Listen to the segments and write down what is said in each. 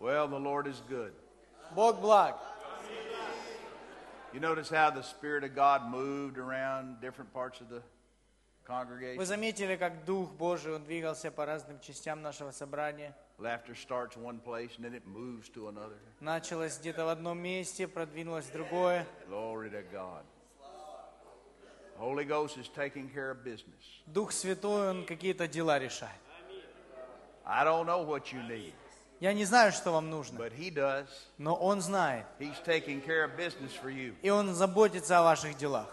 Well, the Lord is good. Бог благ. You notice how the Spirit of God moved around different parts of the Вы congregation? заметили, как Дух Божий, Он двигался по разным частям нашего собрания. Laughter starts one place and then it moves to another. Началось где-то в одном месте, продвинулось в другое. Glory to God. Holy Ghost is taking care of business. Дух Святой, Он какие-то дела решает. I don't know what you need, Я не знаю, что вам нужно, but He does. но Он знает. He's taking care of business for you. И Он заботится о ваших делах.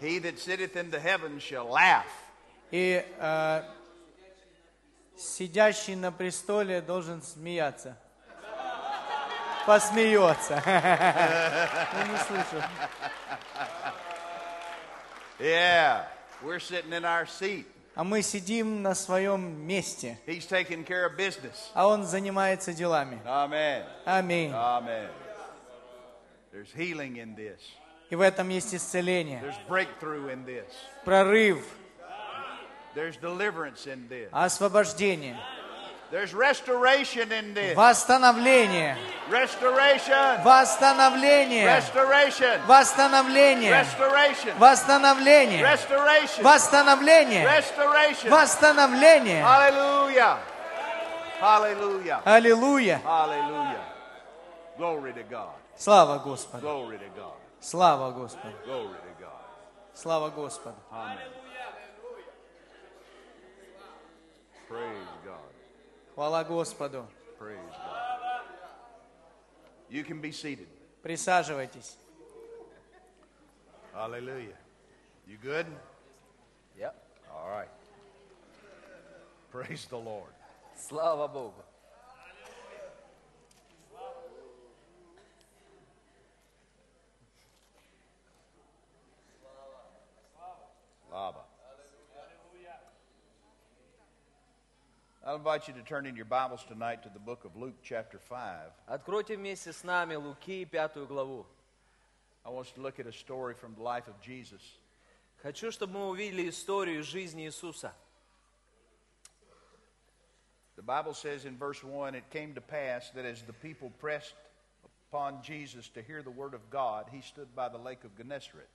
He that sitteth in the heavens shall laugh. И э, сидящий на престоле должен смеяться. Посмеется. Я не слышу. Yeah, we're sitting in our seat. А мы сидим на своем месте, He's taking care of business. а он занимается делами. Amen. Аминь. Amen. There's healing in this. И в этом есть исцеление, There's breakthrough in this. прорыв, There's deliverance in this. освобождение, There's restoration in this. восстановление, Restoration. восстановление, Restoration. восстановление, Restoration. восстановление, Restoration. восстановление, Restoration. восстановление. Hallelujah. Hallelujah. Аллилуйя! Hallelujah. Glory to God. Слава Господу! Glory to God. Слава Господу! Glory to God. Слава Господу! Amen. Praise God. Хвала Господу! Praise God. You can be seated. Присаживайтесь. Hallelujah. You good? Yep. All right. Praise the Lord. Слава Богу. Lava. I'll invite you to turn in your Bibles tonight to the book of Luke, chapter 5. Откройте вместе с нами Луки, пятую главу. I want us to look at a story from the life of Jesus. Хочу, чтобы мы увидели историю жизни Иисуса. The Bible says in verse 1 it came to pass that as the people pressed upon Jesus to hear the word of God, he stood by the lake of Gennesaret.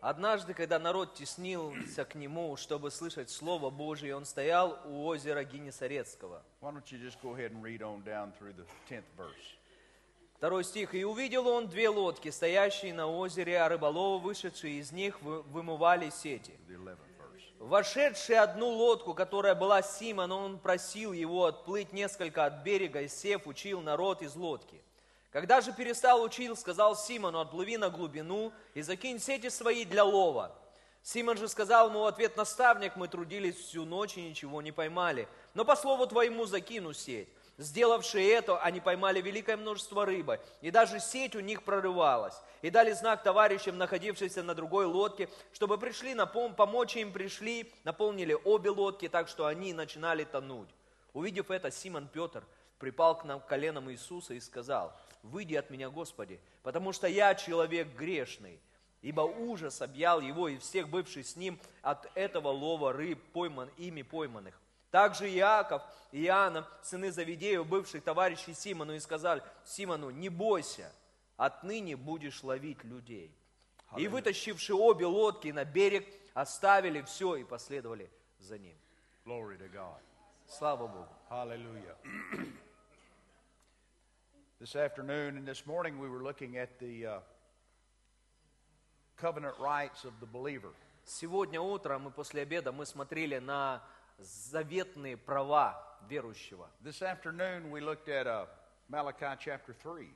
Однажды, когда народ теснился к нему, чтобы слышать Слово Божие, он стоял у озера Генесарецкого. Why don't you just go ahead and read on down through the 10th verse? Второй стих. «И увидел он две лодки, стоящие на озере, а рыболовы, вышедшие из них, вы- вымывали сети. The 11th verse. Вошедший одну лодку, которая была Симон, он просил его отплыть несколько от берега, и сев учил народ из лодки. Когда же перестал учил, сказал Симону, отплыви на глубину и закинь сети свои для лова. Симон же сказал ему в ответ, наставник, мы трудились всю ночь и ничего не поймали, но по слову твоему закину сеть. Сделавшие это, они поймали великое множество рыбы, и даже сеть у них прорывалась. И дали знак товарищам, находившимся на другой лодке, чтобы пришли на пом- помочь им, пришли, наполнили обе лодки, так что они начинали тонуть. Увидев это, Симон Петр припал к нам к коленам Иисуса и сказал, «Выйди от меня, Господи, потому что я человек грешный». Ибо ужас объял его и всех бывших с ним от этого лова рыб, пойман, ими пойманных. Также Иаков и Иоанна, сыны Завидеев, бывших товарищей Симону, и сказали, Симону, не бойся, отныне будешь ловить людей. И вытащивши обе лодки на берег, оставили все и последовали за ним. Glory to God. Слава Богу. Hallelujah. this afternoon and this morning, we were looking at the uh, covenant rights of the believer. Сегодня утром и после обеда мы смотрели на заветные права верующего. This afternoon, we looked at uh, Malachi chapter 3.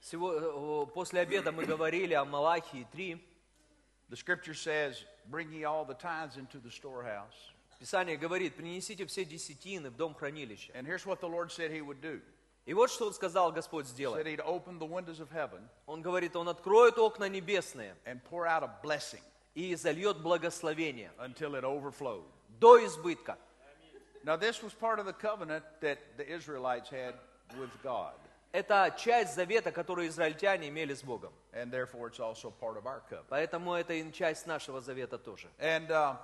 Сего- э, после обеда мы говорили о Малахии 3. The scripture says, Bring ye all the tithes into the storehouse. Писание говорит, принесите все десятины в дом хранилища. And here's what the Lord said He would do И вот что он сказал Господь He said сделать. He'd open the windows of heaven Он говорит, он откроет окна небесные and pour out a blessing и зальет благословение until it overflowed. до избытка. Now, this was part of the covenant that the Israelites had with God, Это часть завета, которую израильтяне имели с Богом. and therefore it's also part of our covenant. Поэтому это и часть нашего завета тоже. And uh,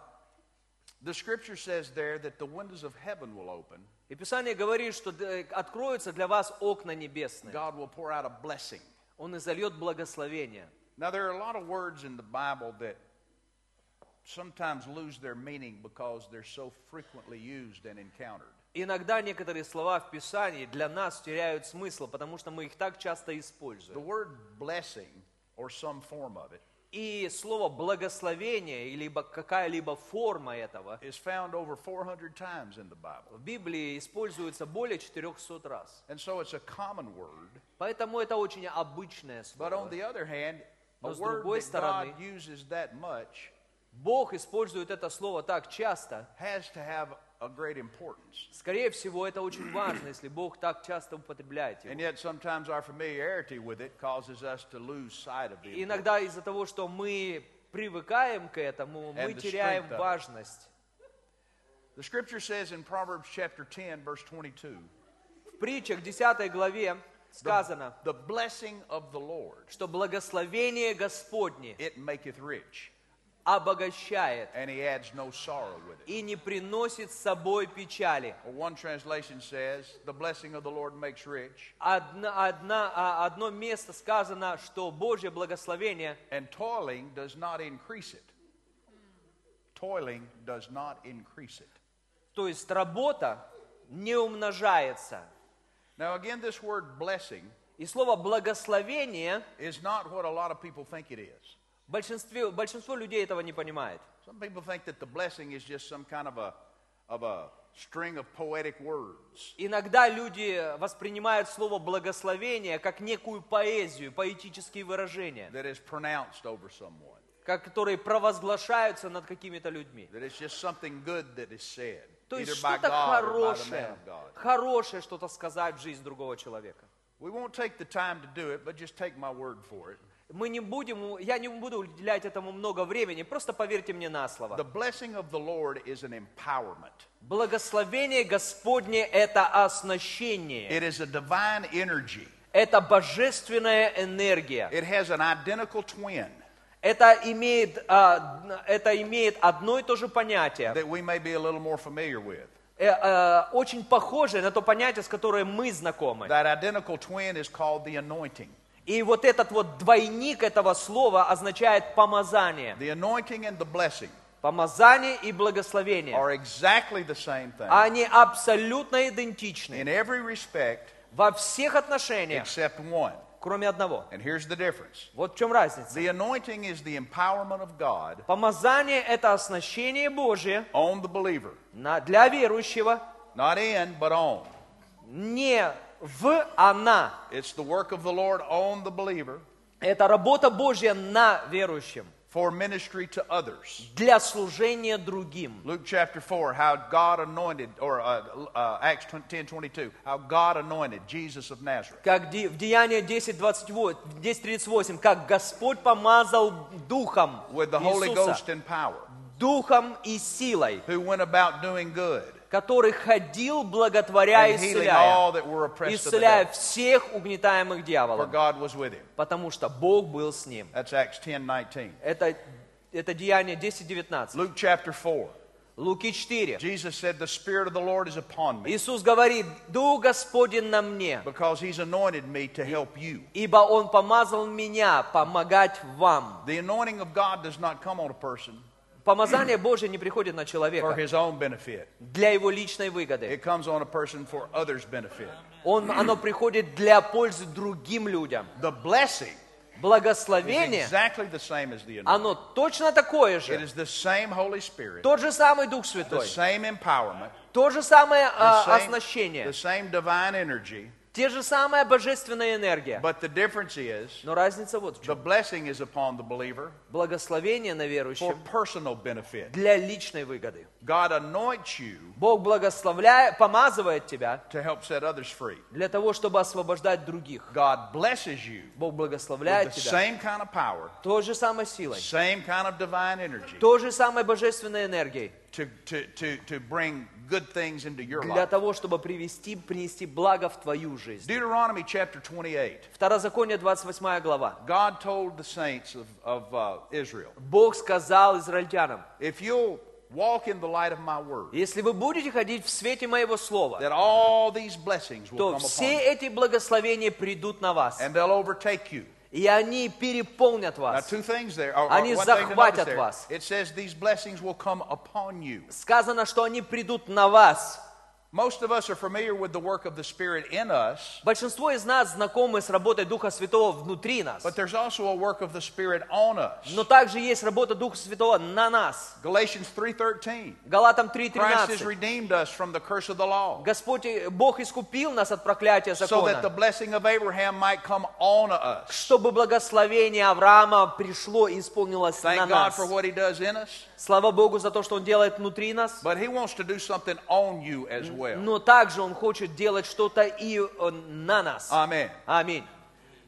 The scripture says there that the windows of heaven will open. И Писание говорит, что э, откроются для вас окна небесные. God will pour out a blessing. Он изольет благословение. Now, there are a lot of words in the Bible that sometimes lose their meaning because they're so frequently used and encountered. Иногда некоторые слова в Писании для нас теряют смысл, потому что мы их так часто The используем. word blessing, or some form of it, И слово благословение, или какая-либо форма этого, is found over 400 times in the Bible. в Библии используется более 400 раз. And so it's a common word. Поэтому это очень обычное But on слово. the other hand, a Но с word другой that God стороны- uses that much Бог использует это слово так часто. has to have a great importance. Скорее всего, это очень важно, если Бог так часто употребляет его. And yet, sometimes our familiarity with it causes us to lose sight of the importance. Иногда из-за того, что мы привыкаем к этому, And мы the теряем strength of it. важность. The scripture says in Proverbs chapter 10, verse 22, В притчах 10 главе the, сказано, the blessing of the Lord, что благословение Господне it maketh rich, обогащает and he adds no sorrow with it. и не приносит с собой печали. Or one translation says, the blessing of the Lord makes rich, Одна, одна- а, одно место сказано, что Божье благословение and toiling does not increase it. Toiling does not increase it. То есть работа не умножается. Now, again, this word blessing И слово благословение is not what a lot of people think it is. большинстве, большинство людей этого не понимает. Some people think that the blessing is just some kind of a, of a string of poetic words. Иногда люди воспринимают слово благословение как некую поэзию, поэтические выражения, that is pronounced over someone, как, которые провозглашаются над какими-то людьми. that it's just something good that is said, То either есть by что-то God or by the man хорошее, of God. хорошее что-то сказать в жизнь другого человека. We won't take the time to do it, but just take my word for it. Мы не будем, я не буду уделять этому много времени, просто поверьте мне на The слово. blessing of the Lord is an empowerment. Благословение Господне – это оснащение. It is a divine energy. Это божественная энергия. It has an identical twin Это имеет, а, это имеет одно и то же понятие, that we may be a little more familiar with. э, э, очень похожее на то понятие, с которым мы знакомы. That identical twin is called the anointing. И вот этот вот двойник этого слова означает помазание. The anointing and the blessing Помазание и благословение. are exactly the same thing Они абсолютно идентичны in every respect во всех отношениях, except one. кроме одного. And here's the difference. Вот в чем разница. The anointing is the empowerment of God Помазание – это оснащение Божие on the believer, на- для верующего not in, but on. не в, а на. It's the work of the Lord on the believer Это работа Божья на верующем, for ministry to others. для служения другим. Luke chapter 4, how God anointed, or uh, uh, Acts 10 22, how God anointed Jesus of Nazareth. Как Ди- в Деянии 10, 10.38, как Господь помазал Духом With the Holy Иисуса, Ghost and power, Духом и силой, who went about doing good который ходил, благотворя и and healing исцеляя, all that were oppressed of the исцеляя devil, всех угнетаемых for дьяволом, God was with him. потому что Бог был с ним. That's Acts 10 19. Это, это Деяние 10.19. Luke chapter 4, Луки 4. Jesus said, The Spirit of the Lord is upon me. Иисус говорит, «Дух Господень на мне, because he's anointed me to help you. ибо Он помазал меня помогать вам». The anointing of God does not come on a person Помазание Божье не приходит на for человека his own benefit. для его личной выгоды. It comes on a person for others' benefit. Он, оно приходит для пользы другим людям. The blessing is Благословение, exactly the same as the anointing. оно точно такое It же. is the same Holy Spirit, Тот же самый Дух the Святой, same empowerment, то же самое the а, same, the оснащение, same divine energy. те же самая божественная энергия. But the difference is Но разница вот в the чем. blessing is upon the believer Благословение на for верующем personal benefit. для личной выгоды. God anoints you Бог благословляет, помазывает тебя to help set others free. для того, чтобы освобождать других. God blesses you Бог благословляет with the тебя same kind of power, той же самой силой, same kind of divine energy. той же самой божественной энергией. to, to, to, to bring good things into your для life. того, чтобы привести, принести благо в твою жизнь. Deuteronomy chapter 28. Второзаконие, 28 глава. God told the saints of, of uh, Israel, Бог сказал израильтянам, if you'll walk in the light of my word, Если вы будете ходить в свете моего слова, that all these blessings will то come upon все you, эти благословения придут на вас, Ну, and they'll overtake you. и они переполнят Now, вас. two things there. Or, or Они one thing to notice захватят there. вас. It says these blessings will come upon you. Сказано, что они придут на вас. Most of us are familiar with the work of the Spirit in us, Большинство из нас знакомы с работой Духа Святого внутри нас, but there's also a work of the Spirit on us. но также есть работа Духа Святого на нас. Galatians 3:13. Галатам Christ has 3.13. redeemed us from the curse of the law, Господь, э, Бог искупил нас от проклятия so that the закона, blessing of Abraham might come on us. чтобы благословение Авраама пришло и исполнилось на Thank God нас. for what He does in us, Слава Богу за то, что Он делает внутри нас, but He wants to do something on you as well. но также Он хочет делать что-то и э, на нас. Amen. Аминь.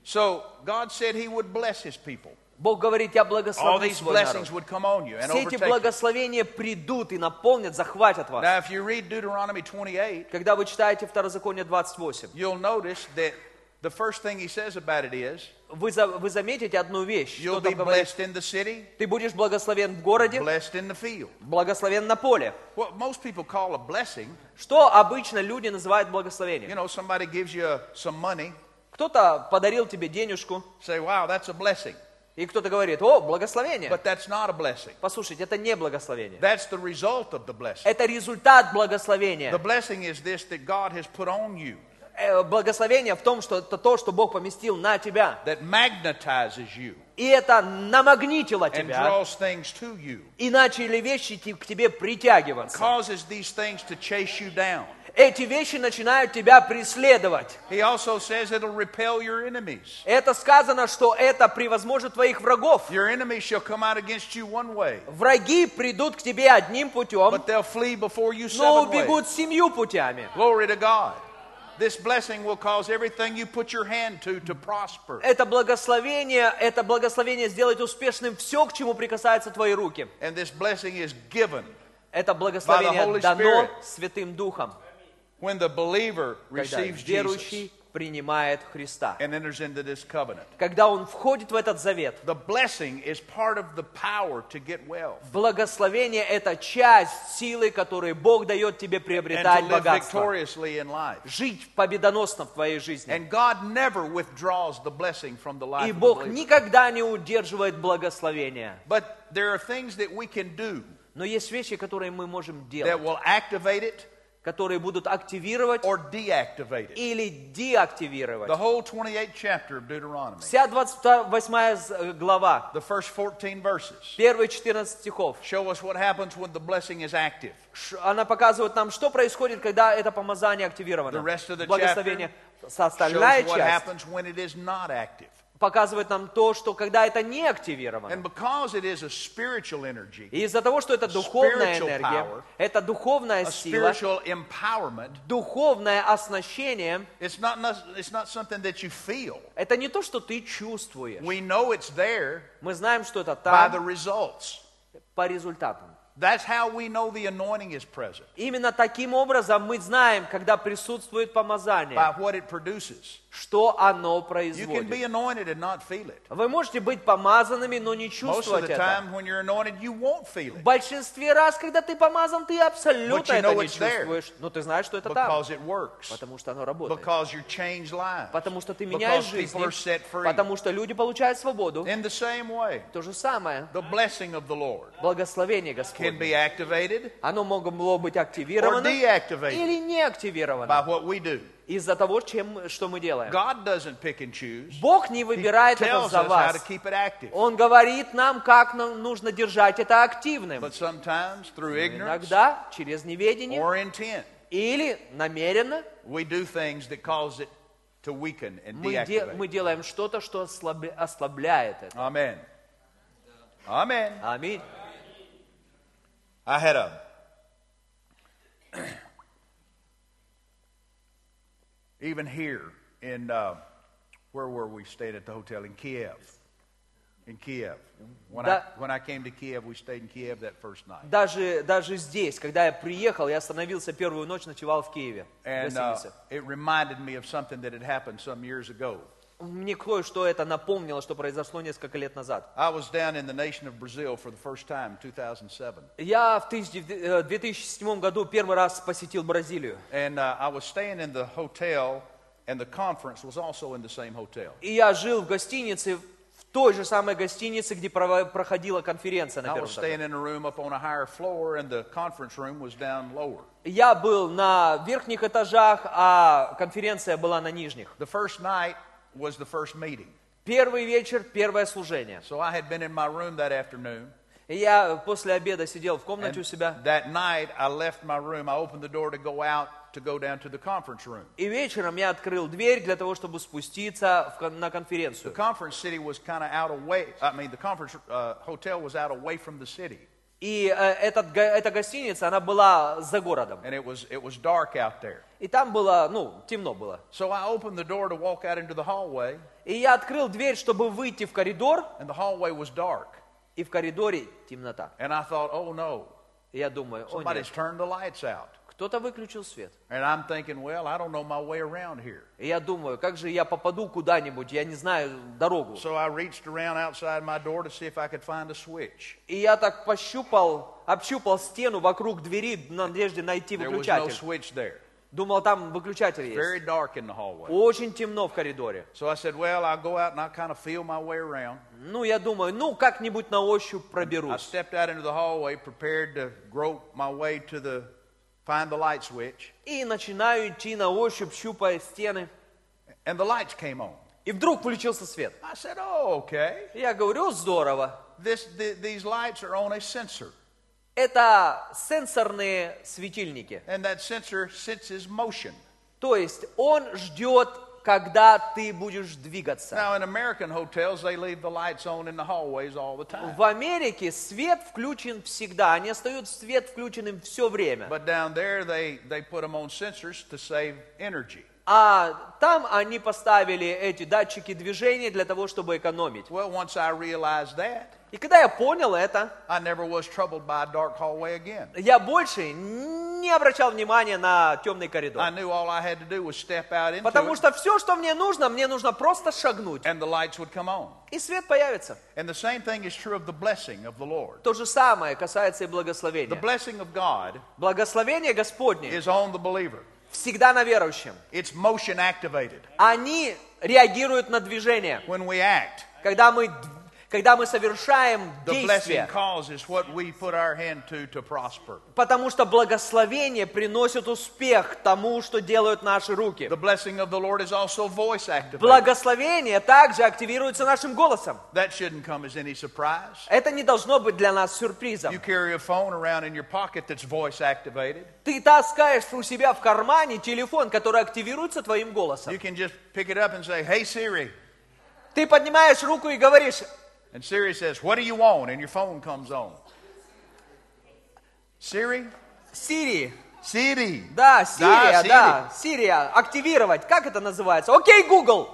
So God said He would bless His people. Бог говорит, я All благословлю these свой народ. blessings would come on you and Все эти overtake you. благословения придут и наполнят, захватят вас. Now, if you read Deuteronomy 28, Когда вы читаете Второзаконие 28, you'll notice that the first thing He says about it is, вы, за- вы заметите одну вещь. "You'll Что be там говорится? blessed in the city, Ты будешь благословен в городе, blessed in the field." благословен на поле. What most people call a blessing, Что обычно люди называют you благословением? know, somebody gives you uh, some money, Кто-то подарил тебе денежку, say, "Wow, that's a blessing." и кто-то говорит, о, благословение. But that's not a blessing. Послушайте, это не благословение. That's the result of the blessing. Это результат The благословения. blessing is this that God has put on you Э, Благословение в том, что это то, что Бог поместил на тебя. that magnetizes you И это намагнитило and тебя. draws things to you, И начали вещи те- к тебе притягиваться. causes these things to chase you down. Эти вещи начинают тебя преследовать. He also says it'll repel your enemies. Это сказано, что это превозможет твоих врагов. Your enemies shall come out against you one way, Враги придут к тебе одним путем, but they'll flee before you но seven ways. убегут семью путями. Glory to God. This blessing will cause everything you put your hand to to prosper. Это благословение, это благословение сделать успешным все, к чему прикасаются твои руки. And this blessing is given Это благословение Holy дано Spirit. Святым Духом, when the believer когда receives Jesus верующий принимает Христа. and enters into this covenant. Когда он входит в этот завет, The blessing is part of the power to get wealth благословение – это часть силы, которую Bог дает тебе and to приобретать live богатство. victoriously in life. Жить победоносно в твоей жизни. And God never withdraws the blessing from the life И of the Бог believer. никогда не удерживает благословение. But there are things that we can do Но есть вещи, которые мы можем that делать, will activate it которые будут активировать or deactivate it. или деактивировать. The whole 28th chapter of Deuteronomy, Вся 28 з- э, глава, the first 14 verses, первые 14 стихов, show us what happens when the blessing is active. ш- она показывает нам, что происходит, когда это помазание The rest of активировано. the Благословение. С- Shows Остальная what часть happens when it is not active. показывает нам то, что когда это не активировано. And because it is a spiritual energy, И из-за того, что это духовная Spiritual энергия, power. это духовная a сила, spiritual empowerment, духовное оснащение, It's not, noc- it's not something that you feel. это не то, что ты чувствуешь. We know it's there Мы знаем, что это by the там results. по результатам. That's how we know the anointing is present, Именно таким образом мы знаем, когда присутствует by помазание, what it produces. что оно You can be производит. anointed and not feel it. Вы можете быть помазанными, но не Most of чувствовать the это. time, when you're anointed, you won't feel В it большинстве раз, когда ты помазан, ты абсолютно But you это know не it's there. чувствуешь. Но ты знаешь, что это там, because it works, потому что оно работает. because you change lives, Потому что ты меняешь because people жизни, are set free. потому что люди получают свободу. In the same way, То же самое, the blessing of the Lord благословение can Господне. be activated Оно могло быть or активировано deactivated или не активировано by what we do. из-за того, чем, что мы делаем. God doesn't pick and choose, Бог не He выбирает это tells за us how to вас. keep it active. Он говорит нам, как нам нужно держать это активным. But sometimes through ignorance Иногда через неведение or intent, или намеренно we do things that cause it to weaken and мы, де- мы deactivate. делаем что-то, что ослабля- ослабляет это. Amen. Amen. Аминь. I had a even here in uh, where were we stayed at the hotel in Kiev. In Kiev. When That- I when I came to Kiev, we stayed in Kiev that first night. Даже, даже здесь, когда я приехал, я остановился первую ночь, ночевал в Киеве. в And uh, гостинице. it reminded me of something that had happened some years ago. Мне кое-что это напомнило, что произошло несколько лет назад. I was down in the nation of Brazil for the first time, 2007, Я в 1000 э, 2007 году первый раз посетил Бразилию. and uh, I was staying in the hotel, and the conference was also in the same hotel. И я жил в гостинице, в той же самой гостинице, где прово- проходила конференция на I первом was этаже. staying in a room up on a higher floor, and the conference room was down lower. Я был на верхних этажах, а конференция была на нижних. The first night was the first meeting. Первый вечер, первое служение. So I had been in my room that afternoon. И я после обеда сидел в комнате у And себя. that night, I left my room. I opened the door to go out to go down to the conference room. И вечером я открыл дверь для того, чтобы спуститься в кон- на The конференцию. conference city was kind of out away. I mean, the conference uh, hotel was out away from the city, И э, этот, го- эта гостиница, она была за городом. and it was it was dark out there. И там было, ну, темно было. So I opened the door to walk out into the hallway, И я открыл дверь, чтобы выйти в коридор, and the hallway was dark. и в коридоре темнота. And I thought, oh no, И я думаю, о нет, somebody's turned the lights out. кто-то выключил свет. And I'm thinking, well, I don't know my way around here. И я думаю, как же я попаду куда-нибудь, я не знаю дорогу. So I reached around outside my door to see if I could find a switch. И я так пощупал, общупал стену вокруг двери в надежде найти There was no выключатель. switch there. Думал, там выключатель есть. Very dark in the hallway. Очень темно в коридоре. So I said, well, I'll go out and I'll kind of feel my way around. Ну, я думаю, ну, как-нибудь на ощупь I проберусь. stepped out into the hallway, prepared to grope my way to the find the light switch, И начинаю идти на ощупь, щупая стены. and the lights came on. И вдруг включился свет. I said, "Oh, okay. И Я говорю, «О, здорово. This th- these lights are on a sensor, Это сенсорные светильники. and that sensor senses motion." То есть он ждет, когда ты будешь двигаться. Now, in American hotels, they leave the lights on in the hallways all the time, В Америке свет включен всегда. Они остают свет включенным все время. but down there, they they put them on sensors to save energy. А там они поставили эти датчики движения для того, чтобы экономить. Well, once I realized that, И когда я понял это, I never was troubled by a dark hallway again. я больше не обращал внимания на темный I коридор. knew all I had to do was step out into Потому it, что все, что мне нужно, мне нужно просто шагнуть, and the lights would come on. и свет появится. And the same thing is true of the blessing of the Lord. То же самое касается и The благословения. blessing of God Благословение Господне is on the believer. всегда на верующем. It's motion activated. Они реагируют на движение. When we act, Когда мы, дв- когда мы совершаем the blessing действие, causes what we put our hand to to prosper. потому что благословение приносит успех тому, что делают наши руки. The blessing of the Lord is also voice activated. Благословение также активируется нашим голосом. That shouldn't come as any surprise. Это не должно быть для нас You сюрпризом. carry a phone around in your pocket that's voice activated. Ты таскаешь у себя в кармане телефон, который активируется твоим You голосом. can just pick it up and say, Hey Siri. Ты поднимаешь руку и говоришь, And Siri says, What do you want? And your phone comes on. Siri? Сири, Siri. да, Сирия, Siri. да, Сирия, активировать, как это называется? Окей, Google.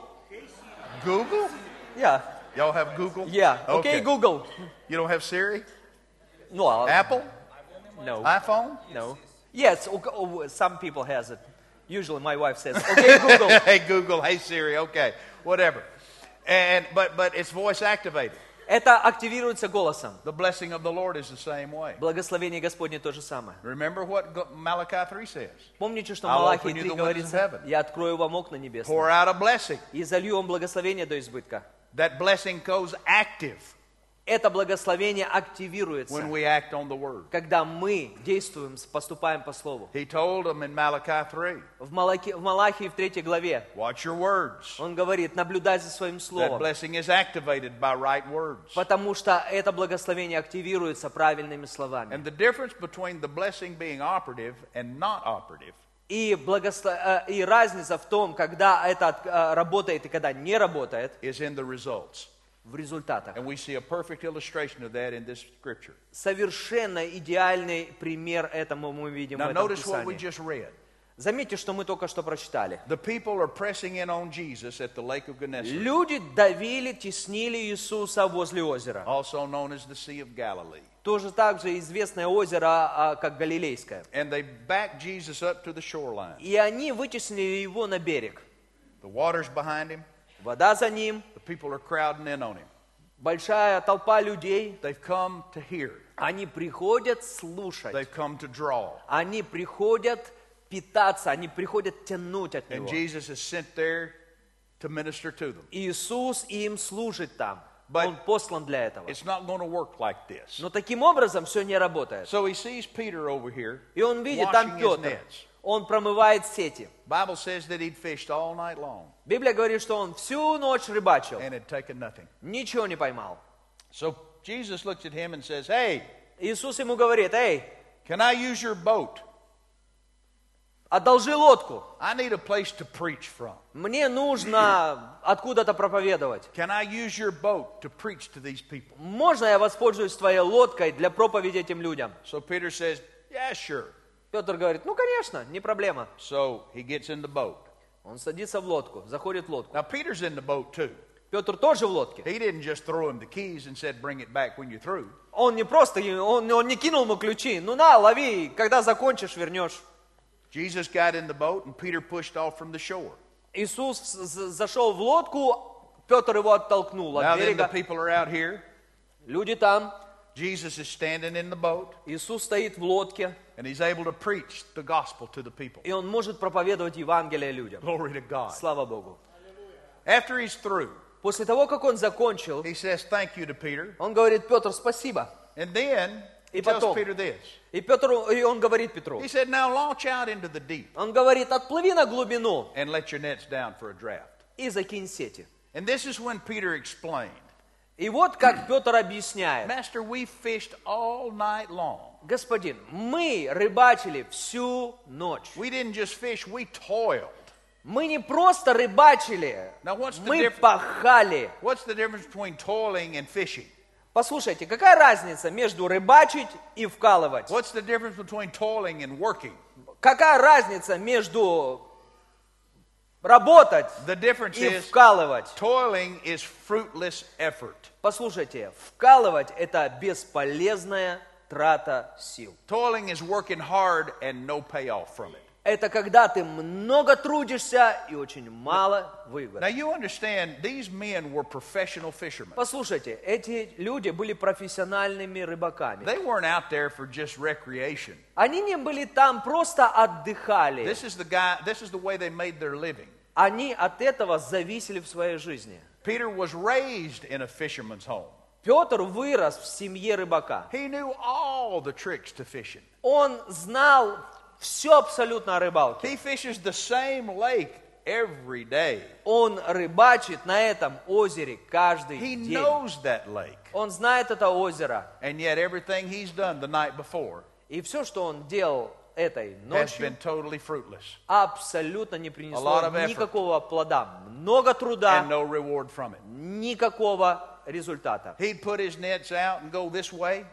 Google? Я, Y'all have Google? я, окей, Google. You don't have Siri? Ну, а- Apple? no, iPhone? no. Yes, ok- oh, some people has it. Usually my wife says, окей, Google. hey Google, hey Siri, okay. Whatever. And but but it's voice activated. Это активируется голосом. The blessing of the Lord is the same way. Благословение Господне то же самое. Remember what Go- Malachi 3 says. Помните, что I'll Малахии open you 3 the windows of говорится, heaven. я открою вам окна небесные Pour out a blessing. и залью вам благословение до избытка. That blessing goes active Это благословение активируется, when we act on the word. когда мы действуем, поступаем по слову. He told them in Malachi 3, В, Малаки, в Малахии в третьей главе watch your words. он говорит, наблюдай за своим That словом, blessing is activated by right words. потому что это благословение активируется правильными словами. And the difference between the blessing being operative and not operative И, благосло- э, и разница в том, когда это от- э, работает и когда не работает, is in the results. в результатах. And we see a perfect illustration of that in this scripture. Совершенно идеальный пример этому мы видим Now, в этом notice what we Писании. just read. Заметьте, что мы только что прочитали. The people are pressing in on Jesus at the Lake of Gennesaret, Люди давили, теснили Иисуса возле озера. also known as the Sea of Galilee. Тоже также известное озеро, а, как Галилейское. And they backed Jesus up to the shoreline. И они вытеснили его на берег. The water's behind him, Вода за ним, The people are crowding in on him. большая толпа людей. They've come to hear, Они приходят слушать, they've come to draw. они приходят питаться, они приходят тянуть от And него. Jesus is sent there to minister to them. Иисус им служит там. But- Он послан для этого. It's not going to work like this. Но таким образом все не работает. So he sees Peter over here. И он видит там Washing his Петр. nets. Он промывает сети. Bible says that he'd fished all night long Библия говорит, что он всю ночь рыбачил, and had taken nothing. ничего не поймал. So Jesus looks at him and says, Hey, Иисус ему говорит, эй, can I use your boat? одолжи лодку. I need a place to preach from. Мне нужно откуда-то проповедовать. Can I use your boat to preach to these people? Можно я воспользуюсь твоей лодкой для проповеди этим людям? So Peter says, Yeah, sure. Петр говорит, ну конечно, не проблема. So he gets in the boat. Он садится в лодку, заходит в лодку. Now, Peter's in the boat too. Петр тоже в лодке. He didn't just throw him the keys and said, Bring it back when you're through. Он не просто, он, он не кинул ему ключи. Ну на, лови, когда закончишь, вернешь. Jesus got in the boat and Peter pushed off from the shore. Иисус з- з- зашел в лодку, Петр его оттолкнул Now от then, the берега. people are out here. Люди там, Jesus is standing in the boat Иисус стоит в лодке, and he's able to preach the gospel to the people. и он может проповедовать Евангелие людям. Glory to God. Слава Богу. After he's through, После того, как он закончил, he says, Thank you to Peter. он говорит, Петр, спасибо. And then he И tells потом. Peter this. И, Петр, и он говорит Петру, He said, Now launch out into the deep он говорит, отплыви на глубину and let your nets down for a draft. и закинь сети. And this is when Peter explained, И вот как Петр объясняет, Master, we fished all night long. господин, мы рыбачили всю ночь. We didn't just fish, we toiled. Мы не просто рыбачили, Now, what's the мы difference? пахали. What's the difference between toiling and fishing? Послушайте, какая разница между рыбачить и вкалывать? What's the difference between toiling and working? Какая разница между работать The difference и is вкалывать? toiling is fruitless effort. Послушайте, вкалывать это бесполезная трата сил. Toiling is working hard and no payoff from it. Это когда ты много трудишься и очень мало Now выгод. you understand these men were professional fishermen. Послушайте, эти люди были профессиональными рыбаками. They weren't out there for just recreation. Они не были там, просто отдыхали. This is the guy this is the way they made their living. Они от этого зависели в своей жизни. Peter was raised in a fisherman's home. Петр вырос в семье рыбака. He knew all the tricks to fishing. Он знал все абсолютно о рыбалке. He fishes the same lake every day. Он рыбачит на этом озере каждый He день. knows that lake. Он знает это озеро. And yet everything he's done the night before И все, что он делал этой has ночью, been totally fruitless абсолютно не A lot принесло of effort. никакого плода. Много and труда, no reward from it. никакого результата. He'd put his nets out and go this way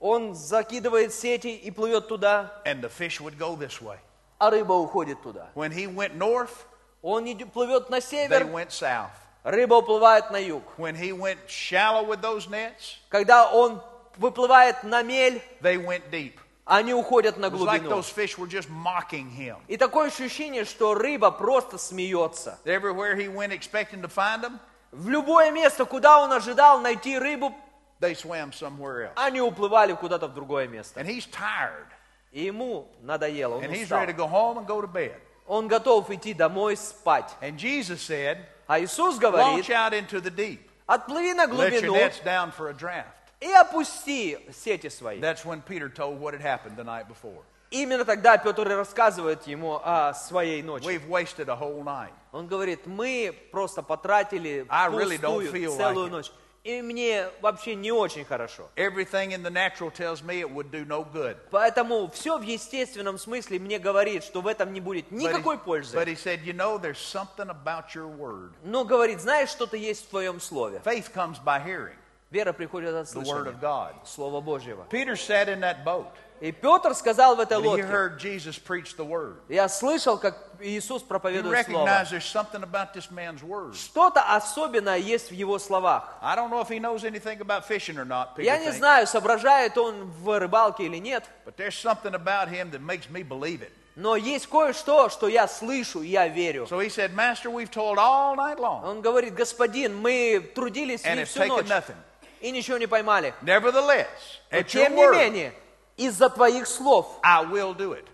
Он закидывает сети и плывет туда, and the fish would go this way. а рыба уходит туда. When he went north, Он иди- плывет на they север, went south. рыба уплывает на юг. When he went shallow with those nets, Когда он выплывает на мель, they went deep. они уходят на It was like глубину. those fish were just mocking him. И такое ощущение, что рыба просто смеется. Everywhere he went expecting to find them, В любое место, куда он ожидал найти рыбу, they swam somewhere else. они уплывали куда-то в другое место. And he's tired. И ему надоело, он And he's устал. ready to go home and go to bed. Он готов идти домой спать. And Jesus said, А Иисус Launch говорит, out into the deep. отплыви на Let your глубину nets down for a draft. и опусти сети свои. That's when Peter told what had happened the night before. Именно тогда Петр и рассказывает ему о своей ночи. We've wasted a whole night. Он говорит, мы просто потратили I really don't пустую feel целую like it. ночь. И мне вообще не очень хорошо. Everything in the natural tells me it would do no good. Поэтому все в естественном смысле мне говорит, что в этом не будет But he- никакой but пользы. he said, You know, there's something about your word. Но говорит, знаешь, что-то есть в твоем слове. Faith comes by hearing Вера приходит от the word of слышания. God. Слова Божьего. Peter sat in that boat И Петр сказал в этой and he лодке, heard Jesus preach the word. я слышал, как Иисус He проповедует слово. recognized there's something about this man's word. Что-то особенное есть в его словах. I don't know if he knows anything about fishing or not, Peter Я не thinks, знаю, соображает он в рыбалке или нет, but there's something about him that makes me believe it. Но есть кое-что, что я слышу, и я верю. So he said, Master, we've toiled all night long Он говорит, господин, мы трудились с and ней have всю taken ночь nothing. и ничего не поймали. Nevertheless, Но at your тем не word, менее, из-за твоих слов I will do it.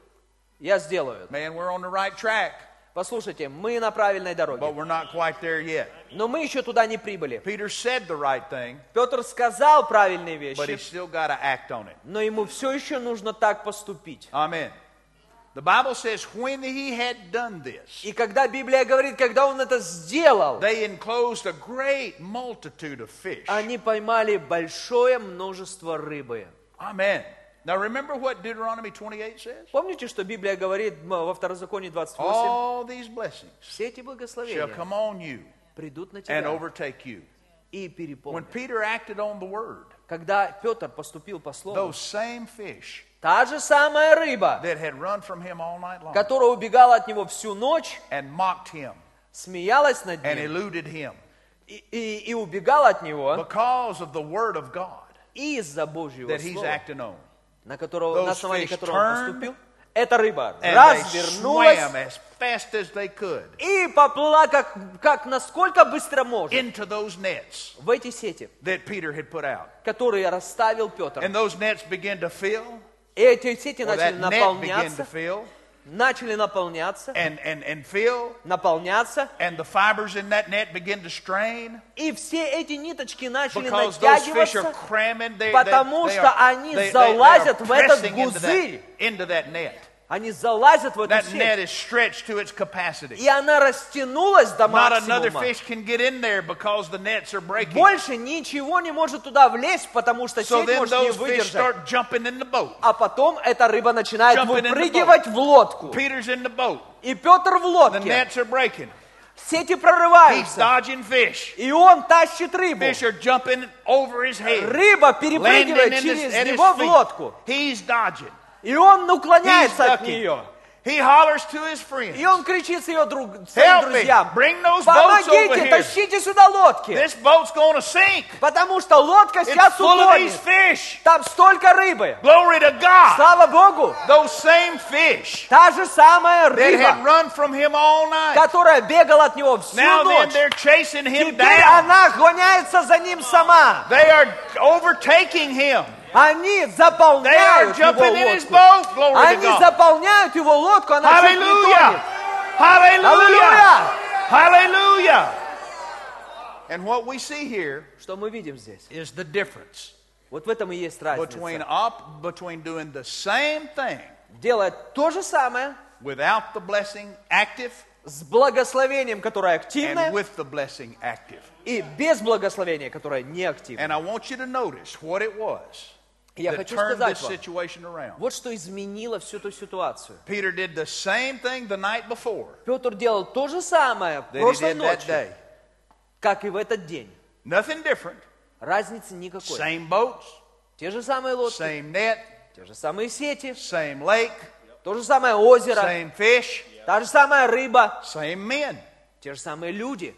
я сделаю это. Man, we're on the right track, Послушайте, мы на правильной but дороге, we're not quite there yet. но мы еще туда не прибыли. Peter said the right thing, Петр сказал правильные but вещи, he's still got to act on it. но ему все еще нужно так поступить. Amen. The Bible says, when he had done this, И когда Библия говорит, когда он это сделал, they enclosed a great multitude of fish. они поймали большое множество рыбы. Amen. Now remember what Deuteronomy 28 says? Помните, что Библия говорит м, во Второзаконии 28? All these blessings Все эти shall благословения come on you придут на and тебя overtake you. и When переполнят. Peter acted on the word, Когда Петр поступил по слову, those same fish та же самая рыба, that had run from him all night long которая убегала от него всю ночь, and mocked him смеялась над and ним eluded him и, и- и убегала от него because of the word of God из-за Божьего that he's слова, acting on. на, которого, Those на основании fish которого он turned, поступил, эта рыба And they swam развернулась as fast as they could и поплыла как, как насколько быстро может into those nets в эти сети, that Peter had put out. которые расставил Петр. And those nets began to fill, Эти сети or that net began to начали наполняться, fill, начали наполняться, and, and, and fill, наполняться, and the fibers in that net begin to strain и все эти ниточки начали because those fish are натягиваться, cramming their потому they, they что are, они they, they, they are залазят в этот pressing into that, гузырь. into that net. они залазят в эту That net сеть, is stretched to its capacity. и она растянулась до Not another максимума. fish can get in there because the nets are breaking. Больше ничего не может туда влезть, потому что So сеть then может не those fish выдержать. start jumping in the boat. А потом эта рыба начинает Jumping in the boat. выпрыгивать в лодку. Peter's in the boat. И Петр в The лодке. nets are breaking. Сети He's прорываются. dodging fish. И он тащит рыбу. Fish are jumping over his head. Рыба Landing in перепрыгивает his, через at his него в feet. лодку. He's dodging. И он He's уклоняется от ducking. нее. He hollers to his friends. И он кричит своим друг- своим Help me. друзьям. Bring those boats over Помогите, here. тащите сюда лодки. This boat's going to sink. Потому что лодка It's сейчас full of these утонет. fish. Там столько рыбы. Glory to God. Слава Богу, Those same fish та же самая that had рыба, run from him all night. которая бегала от него всю Now then, ночь. they're chasing him Теперь down. она гоняется за ним сама. They are overtaking him. Они They are заполняют его jumping in his лодку. boat. Glory to Они God. заполняют его лодку, она чуть не Hallelujah. тонет. Hallelujah. Hallelujah. Hallelujah. And what we see here Что мы видим здесь? is the difference Вот в этом и есть between разница. op- between doing the same thing Делать то же самое without the blessing active с благословением, которое активное, and with the blessing active. и без благословения, которое неактивное. And I want you to notice what it was Я that хочу turned сказать this вам, situation around. вот что изменило всю эту ситуацию. Peter did the same thing the night before Петр делал то же самое that he прошлой did that ночью, day. как и в этот день. Nothing different. Разницы никакой. Same boats, Те же самые лодки, same net, те же самые сети, same lake, то же самое озеро, same fish, та же самая рыба, same men. те же самые люди.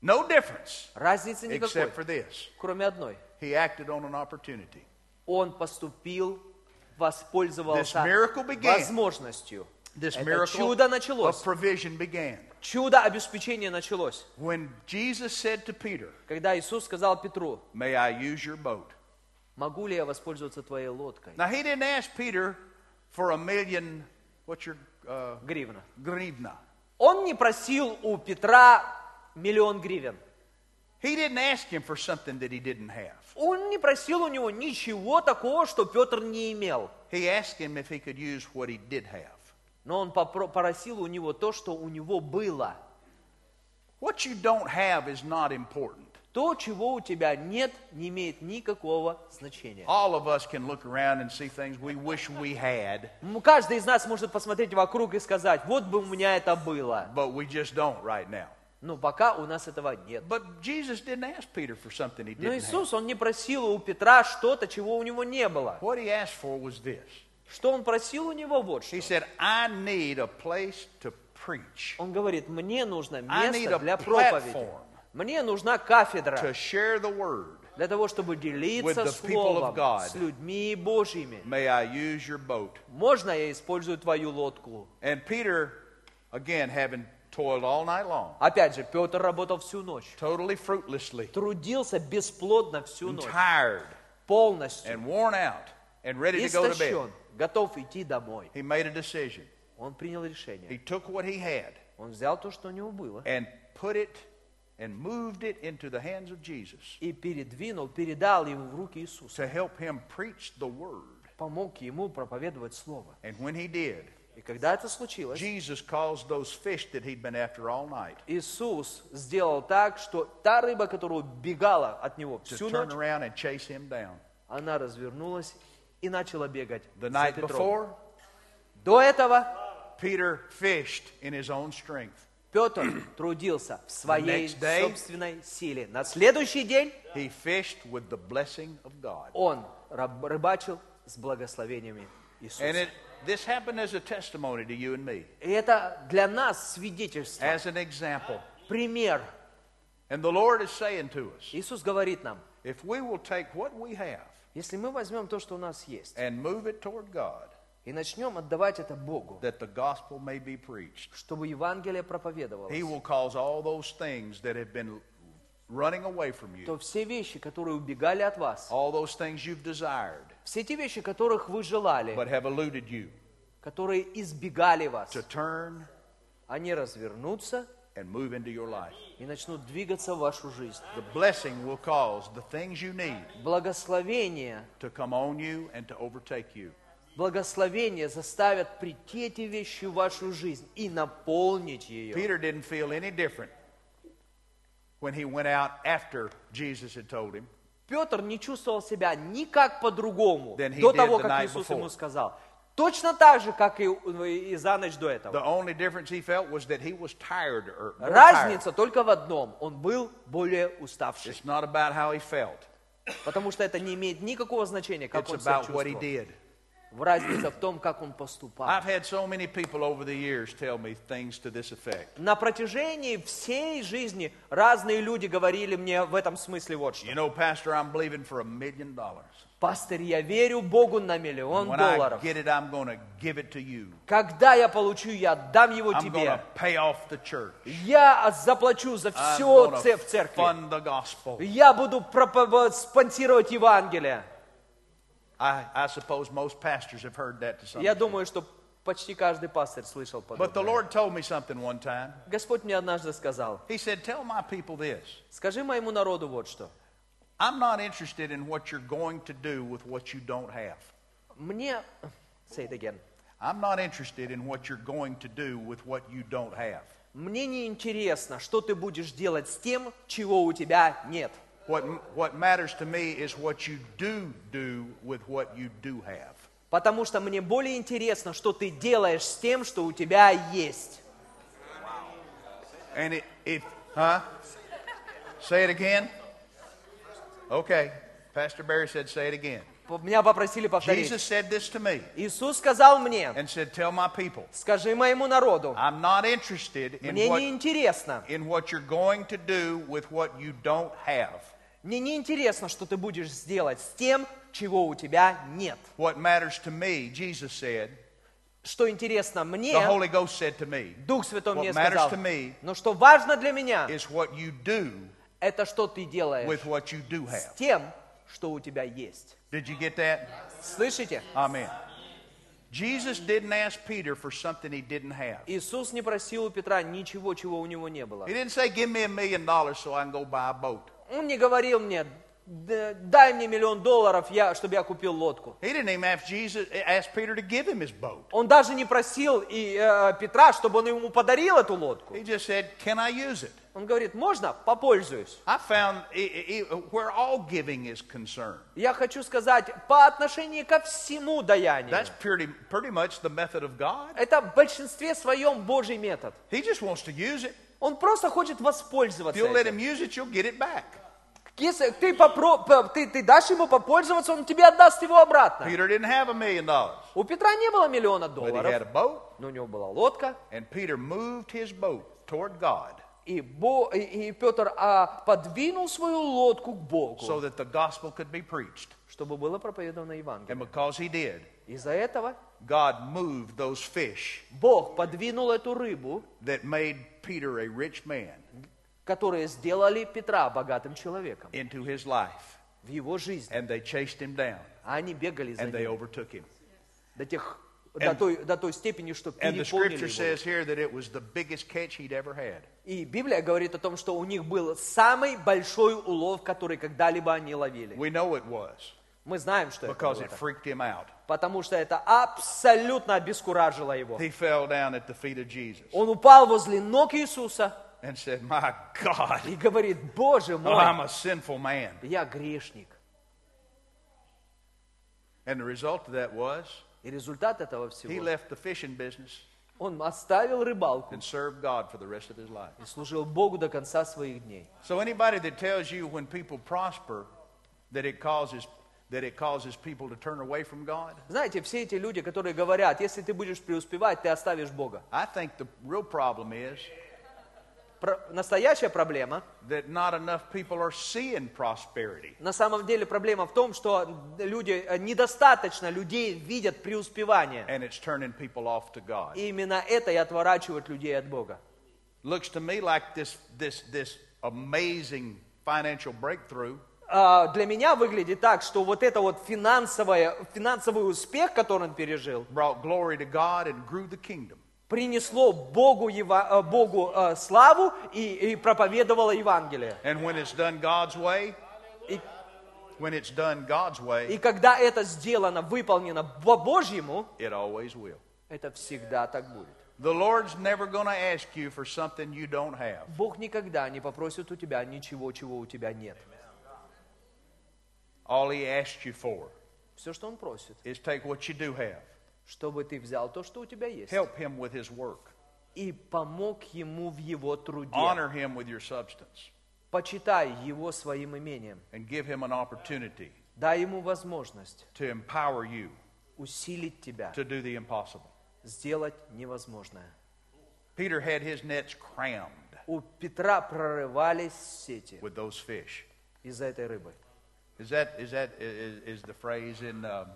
No difference Разницы никакой, except for this. кроме одной. He acted on an opportunity. Он поступил, This воспользовался miracle began. возможностью. This Это miracle чудо началось. of provision began. Чудо обеспечения началось. When Jesus said to Peter, Когда Иисус сказал Петру, May I use your boat? могу ли я воспользоваться твоей лодкой? Now, he didn't ask Peter for a million, what's your, uh, Гривна. grivna. Он не просил у Петра миллион гривен. He didn't ask him for something that he didn't have. Он не просил у него ничего такого, что Петр не имел. He asked him if he could use what he did have. Но он попро- попросил у него то, что у него было. What you don't have is not important. То, чего у тебя нет, не имеет никакого значения. All of us can look around and see things we wish we had, М, Каждый из нас может посмотреть вокруг и сказать, вот бы у меня это было. but we just don't right now. Но пока у нас этого нет. But Jesus didn't ask Peter for something he Но didn't have. Иисус, он не просил у Петра что-то, чего у него не было. What he asked for was this. Что он просил у него, вот что. He said, I need a place to preach, Он говорит, мне нужно I need место a для проповеди. platform Мне нужна to кафедра, share the word, для того, чтобы With делиться the people of Словом God. с людьми Божьими. May I use your boat? Можно я использую твою лодку? And Peter, again, having toiled all night long, Опять же, Петр работал всю ночь. totally fruitlessly, Трудился бесплодно всю and ночь. tired Полностью. and worn out and ready to go to bed, Истощен. Готов идти домой. he made a decision. Он принял He решение. took what he had Он взял то, что у него было. and put it and moved it into the hands of Jesus И передвинул, передал ему в руки Иисуса. to help him preach the word. Помог ему проповедовать Слово. And when he did, И когда это случилось, Jesus caused those fish that he'd been after all night Иисус сделал так, что та рыба, которая убегала от него to всю turn ночь, around and chase him down. она развернулась и начала бегать The за night Петром. before, До этого Peter fished in his own strength. Петр трудился в своей next day- собственной силе. На следующий день He fished with the blessing of God. он раб- рыбачил с благословениями And Иисуса. it, this happened as a testimony to you and me, И это для нас свидетельство, as an example. пример. And the Lord is saying to us Иисус говорит нам, if we will take what we have если мы возьмем то, что у нас есть, and move it toward God, и начнем отдавать это Богу, that the gospel may be preached, чтобы Евангелие проповедовалось, He will cause all those things that have been running away from you, то все вещи, которые убегали от вас, all those things you've desired все те вещи, которых вы желали, but have eluded you, которые избегали вас, to turn они развернутся and move into your life. и начнут двигаться в вашу жизнь. The blessing will cause the things you need Благословение, to come on you and to overtake you. благословение заставят прийти эти вещи в вашу жизнь и наполнить ее. Peter didn't feel any different when he went out after Jesus had told him. Петр не чувствовал себя никак по-другому Than he до did того, the как night Иисус before. ему сказал. Точно так же, как и, э, и за ночь до этого. The only difference he felt was that he was tired. Or more tired. Разница только в одном. Он был более уставший. It's not about how he felt. Потому что это не имеет никакого значения, как It's он себя about what he чувствовал. did. В Разница в том, как он поступал. I've had so many people over the years tell me things to this effect. На протяжении всей жизни разные люди говорили мне в этом смысле вот что. You know, Pastor, I'm believing for a million dollars. Пастор, я верю Богу на миллион When I долларов. get it, I'm going to give it to you. Когда я получу, я отдам его I'm going to тебе. pay off the church. Я заплачу за I'm все going це- to в церкви. fund the gospel. Я буду пропо- спонсировать Евангелие. I, I suppose most pastors have heard that to some Я думаю, что почти каждый пастор слышал But the подобное. Lord told me something one time. Господь мне однажды сказал, He said, Tell my people this. скажи моему народу вот что. I'm not interested in what you're going to do with what you don't have. Мне... Say it again. I'm not interested in what you're going to do with what you don't have. Мне не интересно, что ты будешь делать с тем, чего у тебя нет. What, what matters to me is what you do do with what you do have. Потому что мне более интересно, что ты делаешь с тем, что у тебя есть. And it, if, huh? Say it again? Okay. Pastor Barry said, Say it again. П- Меня попросили повторить. Jesus said this to me Иисус сказал мне, and said, Tell my people, скажи моему народу, I'm not interested in мне what не интересно, in what you're going to do with what you don't have. мне не интересно, что ты будешь сделать с тем, чего у тебя нет. What matters to me, Jesus said, Что интересно мне, the Holy Ghost said to me, Дух Святой What мне matters сказал, to me но что важно для меня, is what you do это что ты делаешь with what you do с have. тем, что у тебя есть. Did you get that? Слышите? Amen. Jesus didn't ask Peter for something he didn't have. Иисус не просил у Петра ничего, чего у него не было. He didn't say, Give me a million dollars so I can go buy a boat. Он не говорил мне, «Д- дай мне миллион долларов, я, чтобы я купил лодку. He didn't even ask Jesus ask Peter to give him his boat. Он даже не просил и э, Петра, чтобы он ему подарил эту лодку. He just said, Can I use it? Он говорит, можно, попользуюсь. I found i- i- i- where all giving is concerned. Я хочу сказать, по отношению ко всему даянию, That's pretty, pretty much the method of God. это в большинстве своем Божий метод. He just wants to use it. Он просто хочет If воспользоваться you'll let этим. him use it, you'll get it back. Если ты, попро- п- ты, ты дашь ему попользоваться, он тебе отдаст его обратно. Peter didn't have a million dollars, У Петра не было миллиона but he had долларов, a boat, но у него была лодка, and Peter moved his boat toward God. И, Бо- и- и Петр а, подвинул свою лодку к Богу, so that the gospel could be preached. чтобы было проповедано Евангелие. And because he did, Из-за этого God moved those fish Бог подвинул эту рыбу, that made Peter a rich man которые сделали Петра богатым человеком into his life. в его жизни. And they chased him down А они бегали за and they ним overtook him. до, тех, до, той, до той степени, что And the переполнили scripture его. says here that it was the biggest catch he'd ever had. И Библия говорит о том, что у них был самый большой улов, который когда-либо они ловили. We know it was Мы знаем, что это because было it так. freaked him out. Потому что это абсолютно обескуражило его. He fell down at the feet of Jesus Он упал возле ног Иисуса and said, My God, и говорит, Боже oh, I'm мой, a sinful man. я грешник. And the result of that was И результат этого he всего, left the fishing business он оставил рыбалку and served God for the rest of his life. и служил Богу до конца своих дней. So anybody that tells you when people prosper that it causes that it causes people to turn away from God, Знаете, все эти люди, которые говорят, если ты будешь преуспевать, ты оставишь Бога. I think the real problem is Про- Настоящая проблема, that not enough people are seeing prosperity. на самом деле проблема в том, что люди, э, недостаточно людей видят преуспевание. and it's turning people off to God. И именно это и отворачивает людей от Бога. Looks to me like this this this amazing financial breakthrough А, Для меня выглядит так, что вот это вот финансовое, финансовый успех, который он пережил, brought glory to God and grew the kingdom. принесло Богу, ева- э, Богу э, славу и, и проповедовало Евангелие. And when it's done God's way, И, when it's done God's и way, когда это сделано, выполнено по-божьему, it always will. это всегда так будет. The Lord's never going to ask you for something you don't have. Бог никогда не попросит у тебя ничего, чего у тебя нет. All he asks you for Все, что Он просит, is take what you do have, чтобы ты взял то, что у тебя есть, help him with his work, и помог Ему в Его труде. honor him with your substance, Почитай Его своим имением. and give him an opportunity Дай Ему возможность to empower you усилить тебя, to do the impossible. сделать невозможное. Peter had his nets crammed У Петра прорывались сети with those fish. из-за этой рыбы. Is that is that is, is the phrase in um,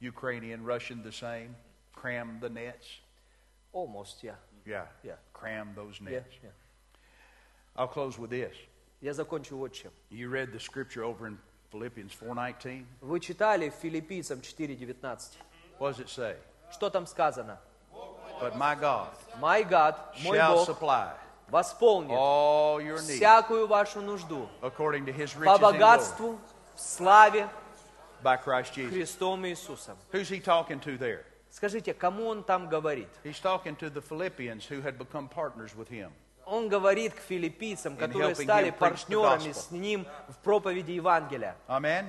Ukrainian Russian the same? Cram the nets. Almost, yeah. Yeah, Yeah. Cram those Yeah, nets. yeah. I'll close with this. Я закончу вот чем. You read the scripture over in Philippians 4:19. Вы читали Филиппийцам 4.19. What does it say? Что там сказано? But my God My God, мой shall Бог, supply восполнит all your needs всякую вашу нужду according to His по riches in glory богатству, в славе by Christ Jesus. Христом Иисусом. Who's he talking to there? Скажите, кому он там говорит? He's talking to the Philippians who had become partners with him. Он говорит к филиппийцам, которые helping стали him preach the партнерами gospel. с ним в проповеди Евангелия. Amen.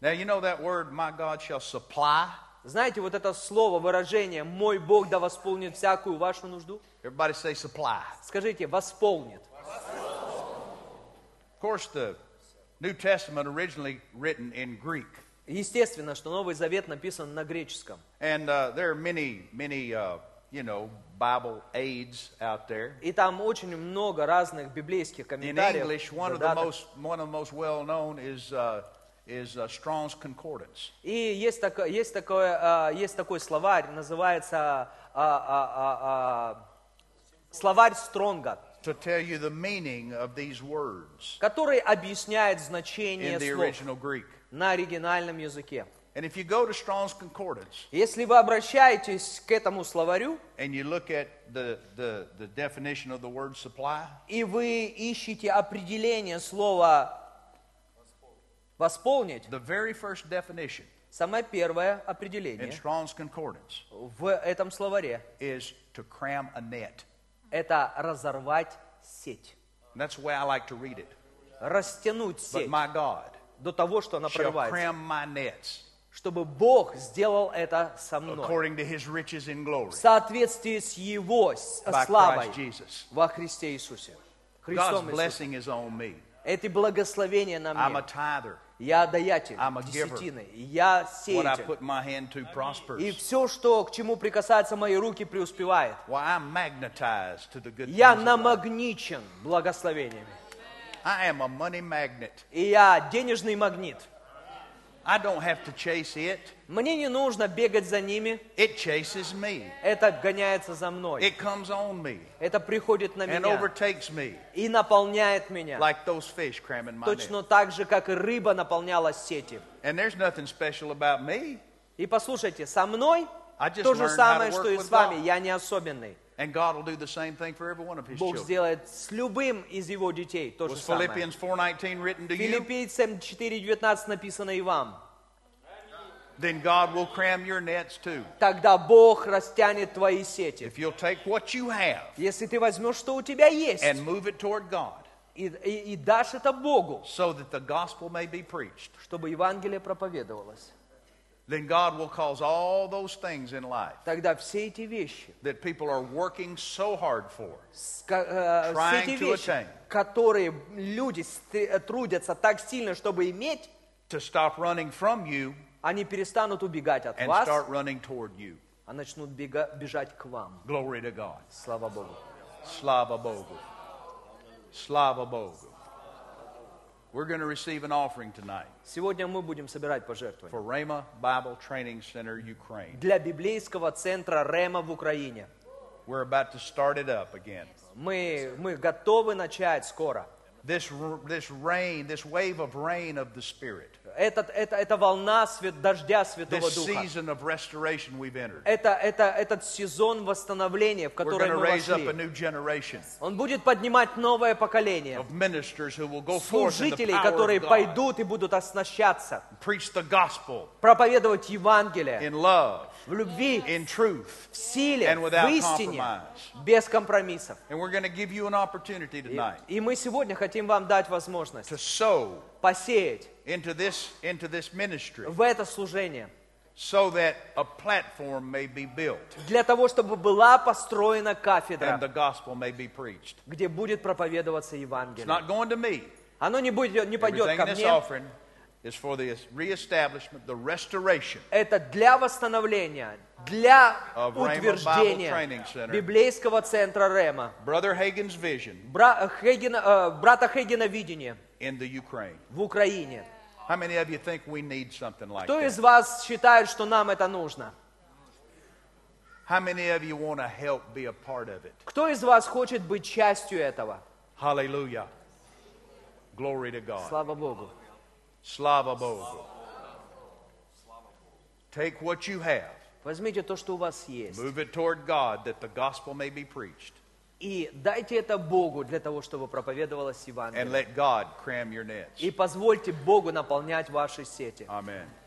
Now you know that word, my God shall supply. Знаете, вот это слово, выражение «мой Бог да восполнит всякую вашу нужду» Everybody say supply. Скажите, «восполнит». Of course, the New Testament originally written in Greek, Естественно, что Новый Завет написан на греческом. and uh, there are many, many, uh, you know, Bible aids out there. И там очень много разных библейских In комментариев. English, one of the додаток. most one of the most well known is uh, is uh, Strong's Concordance. И есть, тако- есть, такое, а, есть такой словарь, называется а, а, а, а, словарь Стронга, To tell you the meaning of these words который объясняет in значение the слов original Greek, на оригинальном языке. and if you go to Strong's Concordance, Если вы обращаетесь к этому словарю, and you look at the, the, the definition of the word supply, и вы ищете определение слова «восполнить», the very first definition самое первое in определение Strong's Concordance в этом словаре is to cram a net. – это разорвать сеть, And that's the way I like to read it. растянуть But сеть my God до того, что она shall прорывается. cram my nets чтобы Бог сделал это со мной according to his riches in glory в соответствии с Его с- by славой Christ Jesus. во Христе Иисусе. God's Христом Иисусе. blessing is on me. Эти благословения на I'm a мне. tither. я даятель I'm a giver. десятины, я What I сеятель. put my hand to И prospers. все, что, к чему прикасаются мои руки, преуспевает. Why I'm magnetized to the good things. Я of God. намагничен благословениями. I am a money magnet. И я денежный магнит. I don't have to chase it. Мне не нужно бегать за ними, It chases me. это гоняется за мной. It comes on me Это приходит на and меня overtakes me и наполняет меня. like those fish cramming my net. Точно так же, как и рыба наполняла сети. And there's nothing special about me. И послушайте, со мной I just то же learned how самое, to что work и with с вами. God. Я не особенный. And God will do the same thing for every one of His Бог children. сделает с любым из его детей то же Was самое. Philippians 4:19 written to you? Филиппийцам 4.19 написано и вам. Then God will cram your nets too. Тогда Бог растянет твои сети. If you'll take what you have Если ты возьмешь, что у тебя есть, and move it toward God, и, и- и дашь это Богу, so that the gospel may be preached, чтобы Евангелие проповедовалось, then God will cause all those things in life тогда все эти вещи, that people are working so hard for с- ка- э, все Trying эти to вещи, attain. которые люди стр- трудятся так сильно, чтобы иметь, to stop running from you они перестанут убегать от and вас, start running toward you. а начнут бега- бежать к вам. Glory to God. Слава Богу. Slava Bogu. Slava Bogu. We're going to receive an offering tonight Сегодня мы будем собирать пожертвования for Rhema Bible Training Center, Ukraine. для библейского центра Рема в Украине. We're about to start it up again. Мы, мы готовы начать скоро. This, r- this rain, this wave of rain of the Spirit, Этот, это, это волна свет, дождя Святого this Духа. season of restoration we've entered. Это, это, этот сезон восстановления, в We're который going to мы raise up a вошли. new generation Он будет поднимать новое поколение of ministers who will go forth in the служителей, power которые of God, пойдут и будут оснащаться, preach the gospel проповедовать Евангелие in love, в любви, in truth, в силе, and without в истине, compromise. без компромиссов. and we're going to give you an opportunity И, tonight и мы сегодня хотим вам дать возможность to sow посеять into this into this ministry в это служение, so that a platform may be built для того, чтобы была построена and the кафедра, gospel may be preached. где будет проповедоваться It's Евангелие. not going to me. Оно не, будет, не пойдет Everything ко in this мне, offering is for the reestablishment, the restoration это для восстановления, для Of Rhema Bible утверждения Training Center. библейского центра Рема, Brother Hagen's vision бра- Хейгена- э, брата Хейгена видения in the Ukraine. в Украине. How many of you think we need something like Кто из that? вас считает, что нам это нужно? How many of you want to help be a part of it? Кто из вас хочет быть частью этого? Hallelujah. Glory to God. Слава Богу. Slava Bogu. Take what you have, Возьмите то, что у вас есть, move it toward God that the gospel may be preached, и дайте это Богу для того, чтобы проповедовалось and Евангелие. let God cram your nets. И позвольте Богу наполнять ваши сети. Amen.